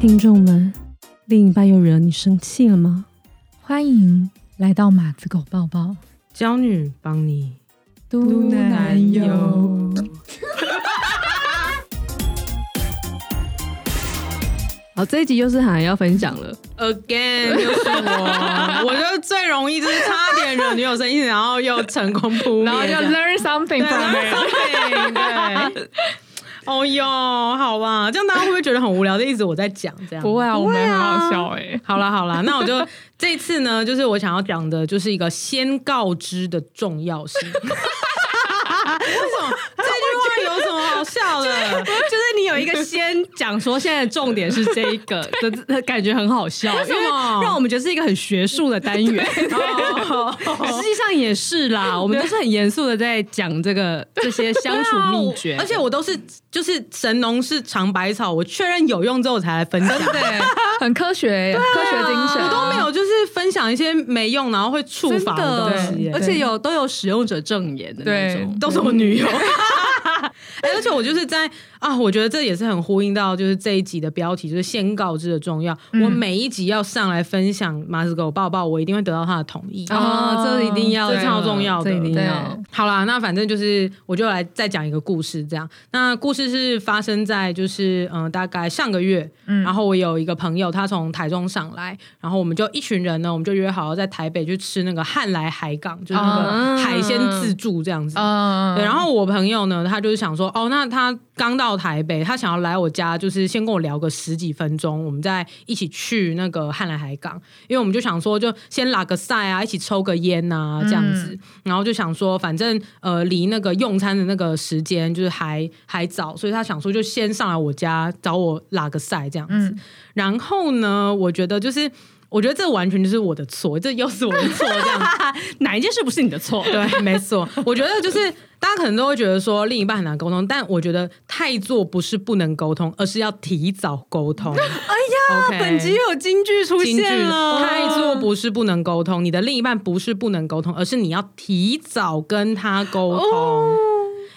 听众们，另一半又惹你生气了吗？欢迎来到马子狗抱抱，娇女帮你嘟男友。 好，这一集又是海要分享了。 again，又是我，我就最容易就是差点惹女友生气，然后又成功 扑灭，然后就 learn something 对 from it。对对。哦哟，好吧，这样大家会不会觉得很无聊？就一直我在讲这样，不会啊，我们很好笑哎、好啦好啦，那我就这次呢，就是我想要讲的，就是一个先告知的重要性。 为什么这句话有什么好笑的？ 就是你有一个先讲说，现在的重点是这一个 的的感觉很好笑，因为么让我们觉得是一个很学术的单元。 哦实际上也是啦，我们都是很严肃的在讲这个这些相处秘诀，而且啊我都是就是神农氏尝百草，我确认有用之后我才来分享。很科学、欸，科学啊精神。我都没有，就是分享一些没用，然后会触真法的东西的耶，，而且有都有使用者证言的那对种。都是我女 友。哎而且我就是在啊，我觉得这也是很呼应到就是这一集的标题，就是先告知的重要。嗯我每一集要上来分享马子狗抱抱，我一定会得到他的同意。啊，这一定要的，哦这超重要的这一定对要。好啦，那反正就是，我就来再讲一个故事。这样，那故事是发生在就是嗯、呃大概上个月，嗯然后我有一个朋友，他从台中上来，然后我们就一群人呢，我们就约好要在台北去吃那个汉来海港，就是那啊个海鲜自助这样子。嗯对，然后我朋友呢，他就是想说，哦，那他刚到台北，他想要来我家，就是先跟我聊个十几分钟，我们再一起去那个汉来海港，因为我们就想说，就先拉个赛啊，一起抽个烟啊，这样子，然后就想说，反正呃，离那个用餐的那个时间就是还还早，所以他想说，就先上来我家找我拉个赛这样子。然后呢，我觉得就是。我觉得这完全就是我的错，这又是我的错，这样子。哪一件事不是你的错？对， 没错。我觉得就是大家可能都会觉得说另一半很难沟通，但我觉得太做不是不能沟通，而是要提早沟通。哎呀本集又有京剧出金句现了，太做不是不能沟通，你的另一半不是不能沟通，而是你要提早跟他沟通。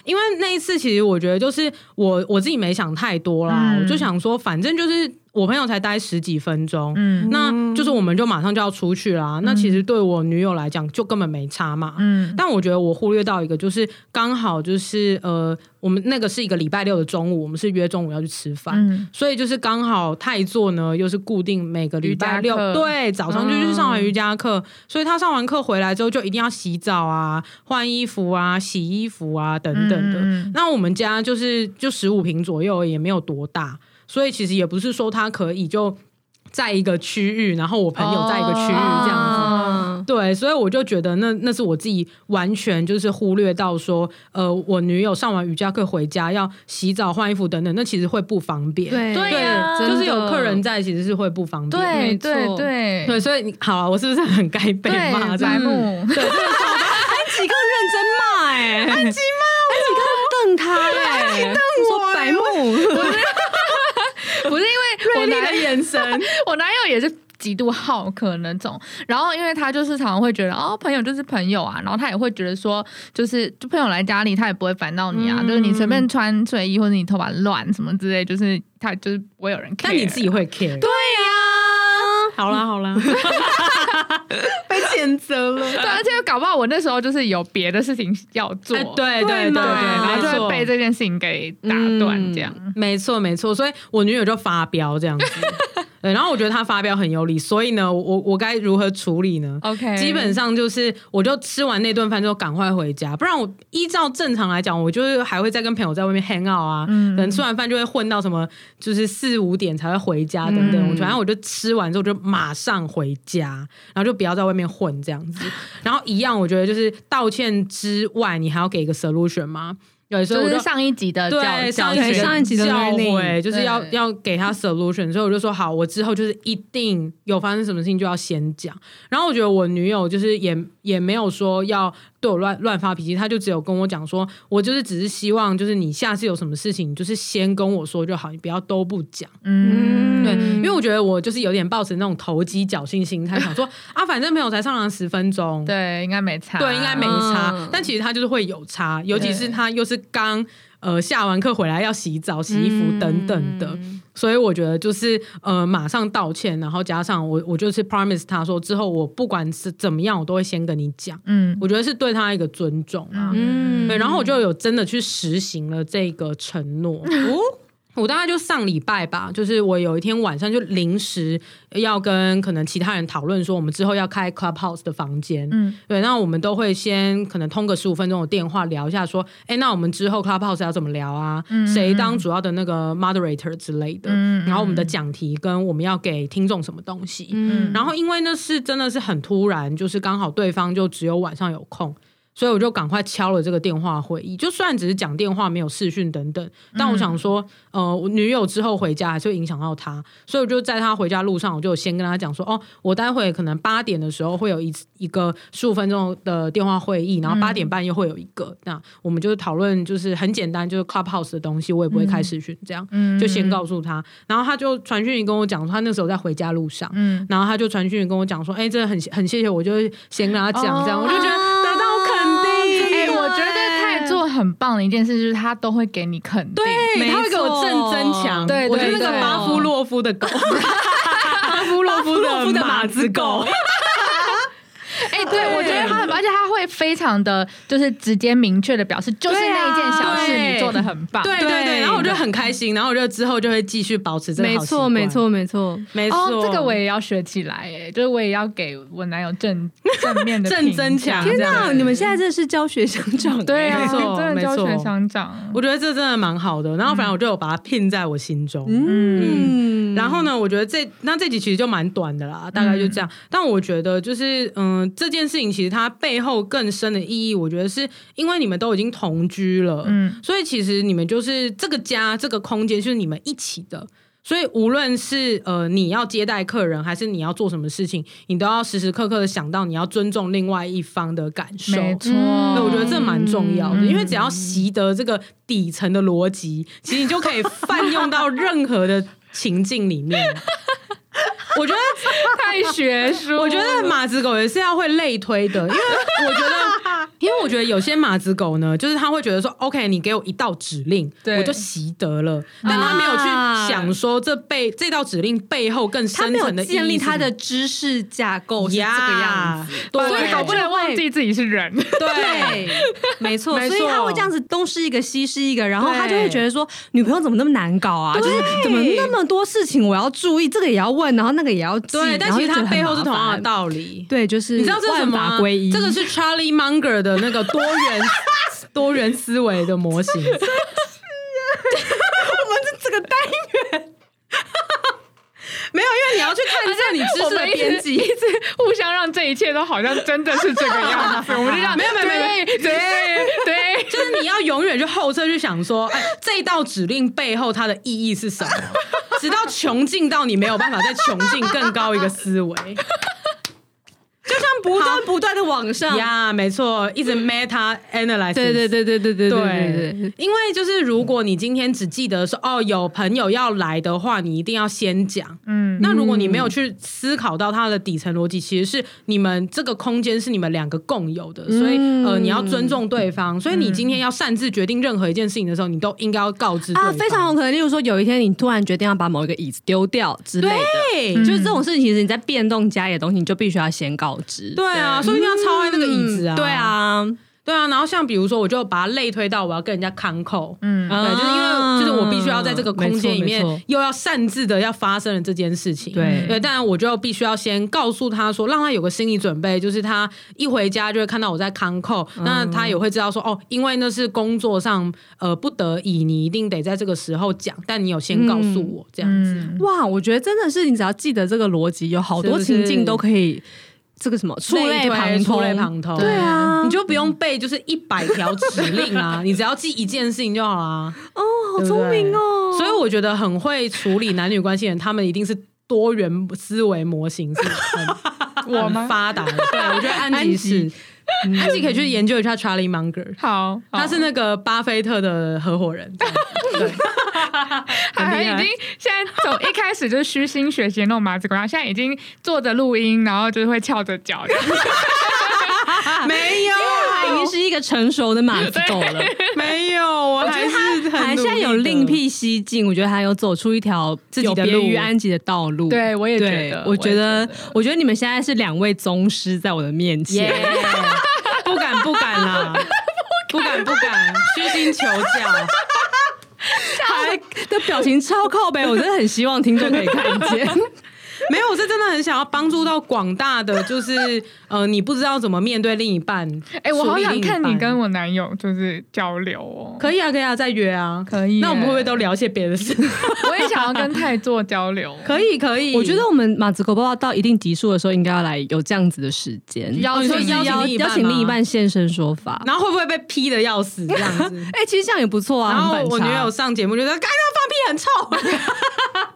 因为那一次，其实我觉得就是我我自己没想太多啦，嗯我就想说，反正就是我朋友才待十几分钟，嗯那就是我们就马上就要出去啦。那其实对我女友来讲，就根本没差嘛。嗯但我觉得我忽略到一个，就是刚好就是呃，我们那个是一个礼拜六的中午，我们是约中午要去吃饭，嗯所以就是刚好泰座呢又是固定每个礼拜瑜六伽课嗯对早上就去上完瑜伽课，所以他上完课回来之后就一定要洗澡啊、换衣服啊、洗衣服啊等等的。嗯那我们家就是就十五平左右，也没有多大，所以其实也不是说他可以就在一个区域，然后我朋友在一个区域这样子。啊对，所以我就觉得那那是我自己完全就是忽略到说，呃，我女友上完瑜伽课回家要洗澡、换衣服等等，那其实会不方便。对啊对呀真就是有的客人在，其实是会不方便。对没错对对对，所以你好啊，我是不是很该被对骂？这白样 目，对，这个是我 几个认真骂哎，安吉骂，安吉瞪他哎，瞪我白目，不是因为我男眼 神，我男友也是极度好客那种，然后因为他就是常常会觉得哦，朋友就是朋友啊，然后他也会觉得说，就是就朋友来家里，他也不会烦到你啊，就是你随嗯便穿睡衣或者你头发乱什么之类，就是他就是不会有人 care。但你自己会 care。对呀、好啦好啦，被谴责了。对，而且搞不好我那时候就是有别的事情要做，哎对对对对对，嘛然后没就会错被这件事情给打断，这样。嗯没错没错，所以我女友就发飙这样 子。对，然后我觉得她发飙很有理，所以呢，我我该如何处理呢？ OK，基本上就是，我就吃完那顿饭之后赶快回家，不然我依照正常来讲，我就是还会再跟朋友在外面 hang out 啊，嗯可能吃完饭就会混到什么，就是四五点才会回家等等。嗯我反正我就吃完之后就马上回家，然后就不要在外面混 这样子。然后一样，我觉得就是道歉之外，你还要给一个 solution 吗？对，所以就我是就上一呃集的教对上一教集学上一集的教 learning，诲就是要对要给他 solution，所以我就说好，我之后就是一定有发生什么事情就要先讲。然后我觉得我女友就是也也没有说要对我乱乱发脾气，她就只有跟我讲说，我就是只是希望就是你下次有什么事情，你就是先跟我说就好，你不要都不讲。嗯，对，因为我觉得我就是有点抱持那种投机侥幸心态，想说啊，反正朋友才上来十分钟，对，应该没差，对，应该没差。嗯但其实他就是会有差，尤其是他又是刚呃下完课回来要洗澡、洗衣服等等的。嗯所以我觉得就是呃马上道歉，然后加上我我就是 promise 他说之后我不管是怎么样，我都会先跟你讲。嗯我觉得是对他一个尊重啊。嗯对，然后我就有真的去实行了这个承诺。哦，我大概就上礼拜吧，就是我有一天晚上就临时要跟可能其他人讨论说，我们之后要开 Clubhouse 的房间。嗯对，那我们都会先可能通个十五分钟的电话聊一下，说，哎，那我们之后 Clubhouse 要怎么聊啊？谁当主要的那个 moderator 之类的？嗯然后我们的讲题跟我们要给听众什么东西？嗯然后因为那是真的是很突然，就是刚好对方就只有晚上有空，所以我就赶快敲了这个电话会议。就虽然只是讲电话，没有视讯等等，但我想说，嗯呃，我女友之后回家还是会影响到她，所以我就在她回家路上，我就先跟她讲说，哦，我待会可能八点的时候会有一次一个十五分钟的电话会议，然后嗯八点半又会有一个，那我们就是讨论就是很简单，就是 Clubhouse 的东西，我也不会开视讯，这样嗯就先告诉她。然后她就传讯息跟我讲说，她那时候在回家路上。嗯，然后他就传讯跟我讲说，哎、真的很很谢谢我，就是先跟他讲这样，哦我就觉得得到肯定，哎、对我觉得泰做很棒的一件事就是他都会给你肯定，没对，他会给我正增强，错我就是那对对个巴夫洛夫的狗，巴夫洛夫洛夫的马子狗，哎、对，我觉得他很，而且他会非常的就是直接明确的表示，就是那一件小事对你做的很棒，对对对，对然后我就很开心，然后我就之后就会继续保持这个没好习错，惯没，错，没错。没错，哦，这个我也要学起来，哎，就是我也要给我男友正 正面的正增强，天哪，你们现在真的是教学相长，哎对啊，没错真的教没学错相长，我觉得这真的蛮好的，然后反正我就有把它拼在我心中，嗯，然后呢，我觉得这那这集其实就蛮短的啦，大概就这样。嗯但我觉得就是，嗯、这件事情其实它背后更深的意义，我觉得是因为你们都已经同居了，嗯所以其实你们就是这个家这个空间就是你们一起的。所以无论是呃你要接待客人，还是你要做什么事情，你都要时时刻刻的想到你要尊重另外一方的感受。没错，嗯对，我觉得这蛮重要的，嗯因为只要习得这个底层的逻辑，其实你就可以泛用到任何的情境里面。我觉得，太学术了，哦我觉得马子狗也是要会类推的，因为我觉得， 因为我觉得有些马子狗呢，就是他会觉得说，OK，你给我一道指令，对我就习得了，但他没有去想说这背这道指令背后更啊他深没有层的意义是什么，建立他的知识架构是这个样子，呀，所对，以搞不能忘记自己是人，对对， 没错，没所以他错会这样子东是一个西是一个，然后对他就会觉得说女朋友怎么那么难搞啊？就是怎么那么多事情我要注意，这个也要问，然后那个也要记， 对，但然后其就实觉它得很背后是麻同样的烦道理。对，就是你知道这是什嗯么万吗法归一，这个是 Charlie Munger 的那个多 元多元思维的模型。啊这个单 没有，因为你要去看这你知我识的们一 边直一际。直互相让这一切都好像真的是这个样子，我们就这样，没有没有没有对对对，就是你要永远去后撤去想说，哎，这一道指令背后它的意义是 什么？直到穷尽到你没有办法再穷尽更高一个 思维就像不断不断的往上，呀，没错，一直 meta analysis，对对对对对对对对对，因为就是如果你今天只记得说哦有朋友要来的话，你一定要先讲。嗯那如果你没有去思考到它的底层逻辑，其实是你们这个空间是你们两个共嗯有的，所以呃你要尊重对方，所以你今天要擅自决定任何一件事情的时候，你都应该要告知对啊，方非常有可能，例如说有一天你突然决定要把某一个椅子丢掉之类的，对。就是这种事情，其实你在变动家里的东西，你就必须要先告知。对啊，所以一定要超爱那个椅子啊！对，啊，对啊。然后像比如说，我就把它类推到我要跟人家康扣，嗯对，就是因为就是我必须要在这个空间里嗯没错没面错又要擅自的要发生了这件事情，对对，当然我就必须要先告诉他说，让他有个心理准备，就是他一回家就会看到我在康扣，嗯那他也会知道说哦，因为那是工作上呃不得已，你一定得在这个时候讲，但你有先告诉我这样子，嗯，哇，我觉得真的是，你只要记得这个逻辑，有好是多不是情境都可以，这个什么触类旁触通，类旁通，对。啊，你就不用背，就是一百条指令啊，你只要记一件事情就好啦、哦，好聪明哦，所以我觉得很会处理男女关系的人，他们一定是多元思维模型是很我吗很发达的。对，我觉得安吉是，安吉可以去研究一下 Charlie Munger，好，好他是那个巴菲特的合伙人。对，还已经现在从一开始就是虚心学习那种马子狗，然后现在已经坐着录音，然后就是会翘着脚， 没有， 他已经是一个成熟的马子狗了，没有，我还是很还努力算有的另辟蹊径，我觉得还有走出一条自己的有路，别于于安吉的道路。对，我也觉对得，，我觉得也觉，我觉得你们现在是两位宗师在我的面前。 不敢不敢啦，不敢不敢，虚心求教。还的表情超靠背，我真的很希望听众可以看 见。 没有，我是真的很想要帮助到广大的， 就是呃，你不知道怎么面对另一半。哎、我好处想理另一看半你跟我男友就是交流哦，可以啊，可以啊，再约啊，可以耶那我们会不会都聊些别的事？我也想要跟泰做交流，可以，可以。我觉得我们马子狗报到一定级数的时候，应该要来有这样子的时间，邀你说请邀请邀另一半邀请另一吗半现身说法。然后会不会被批的要死这样 子？哎、其实这样也不错啊，然后很我反差女友上节目就说：“该他放屁很臭。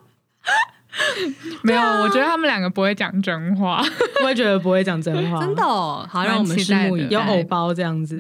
没有，啊我觉得他们两个不会讲真话，” 我也觉得不会讲 真话，真的、哦，好蛮让我们期待拭目的以有待。偶包这样子。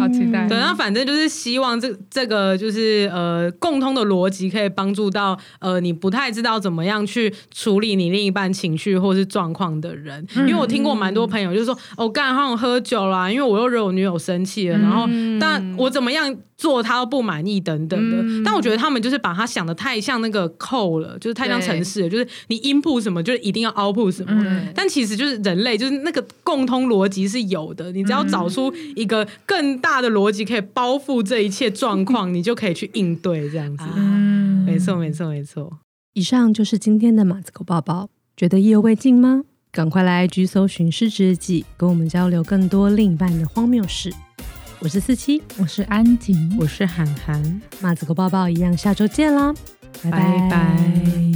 好期待。嗯对，啊那反正就是希望这这个就是呃共通的逻辑可以帮助到呃你不太知道怎么样去处理你另一半情绪或是状况的人，因为我听过蛮多朋友就是说哦干好想喝酒啊啦，因为我又惹我女友生气了，然后但我怎么样做她都不满意等等的，但我觉得他们就是把他想的太像那个扣了，就是太像对城市了，就是你 input 什么就是一定要 output 什么，嗯但其实就是人类，就是那个共通逻辑是有的，你只要找出一个更大的逻辑可以包覆这一切状况，你就可以去应对这样子。嗯没错，没错，没错。以上就是今天的马子狗抱抱，觉得意犹未尽吗？赶快来 IG 搜寻失职日记，跟我们交流更多另一半的荒谬事。我是四七，我是安吉，我是涵涵，马子狗抱抱一样，下周见啦，拜拜拜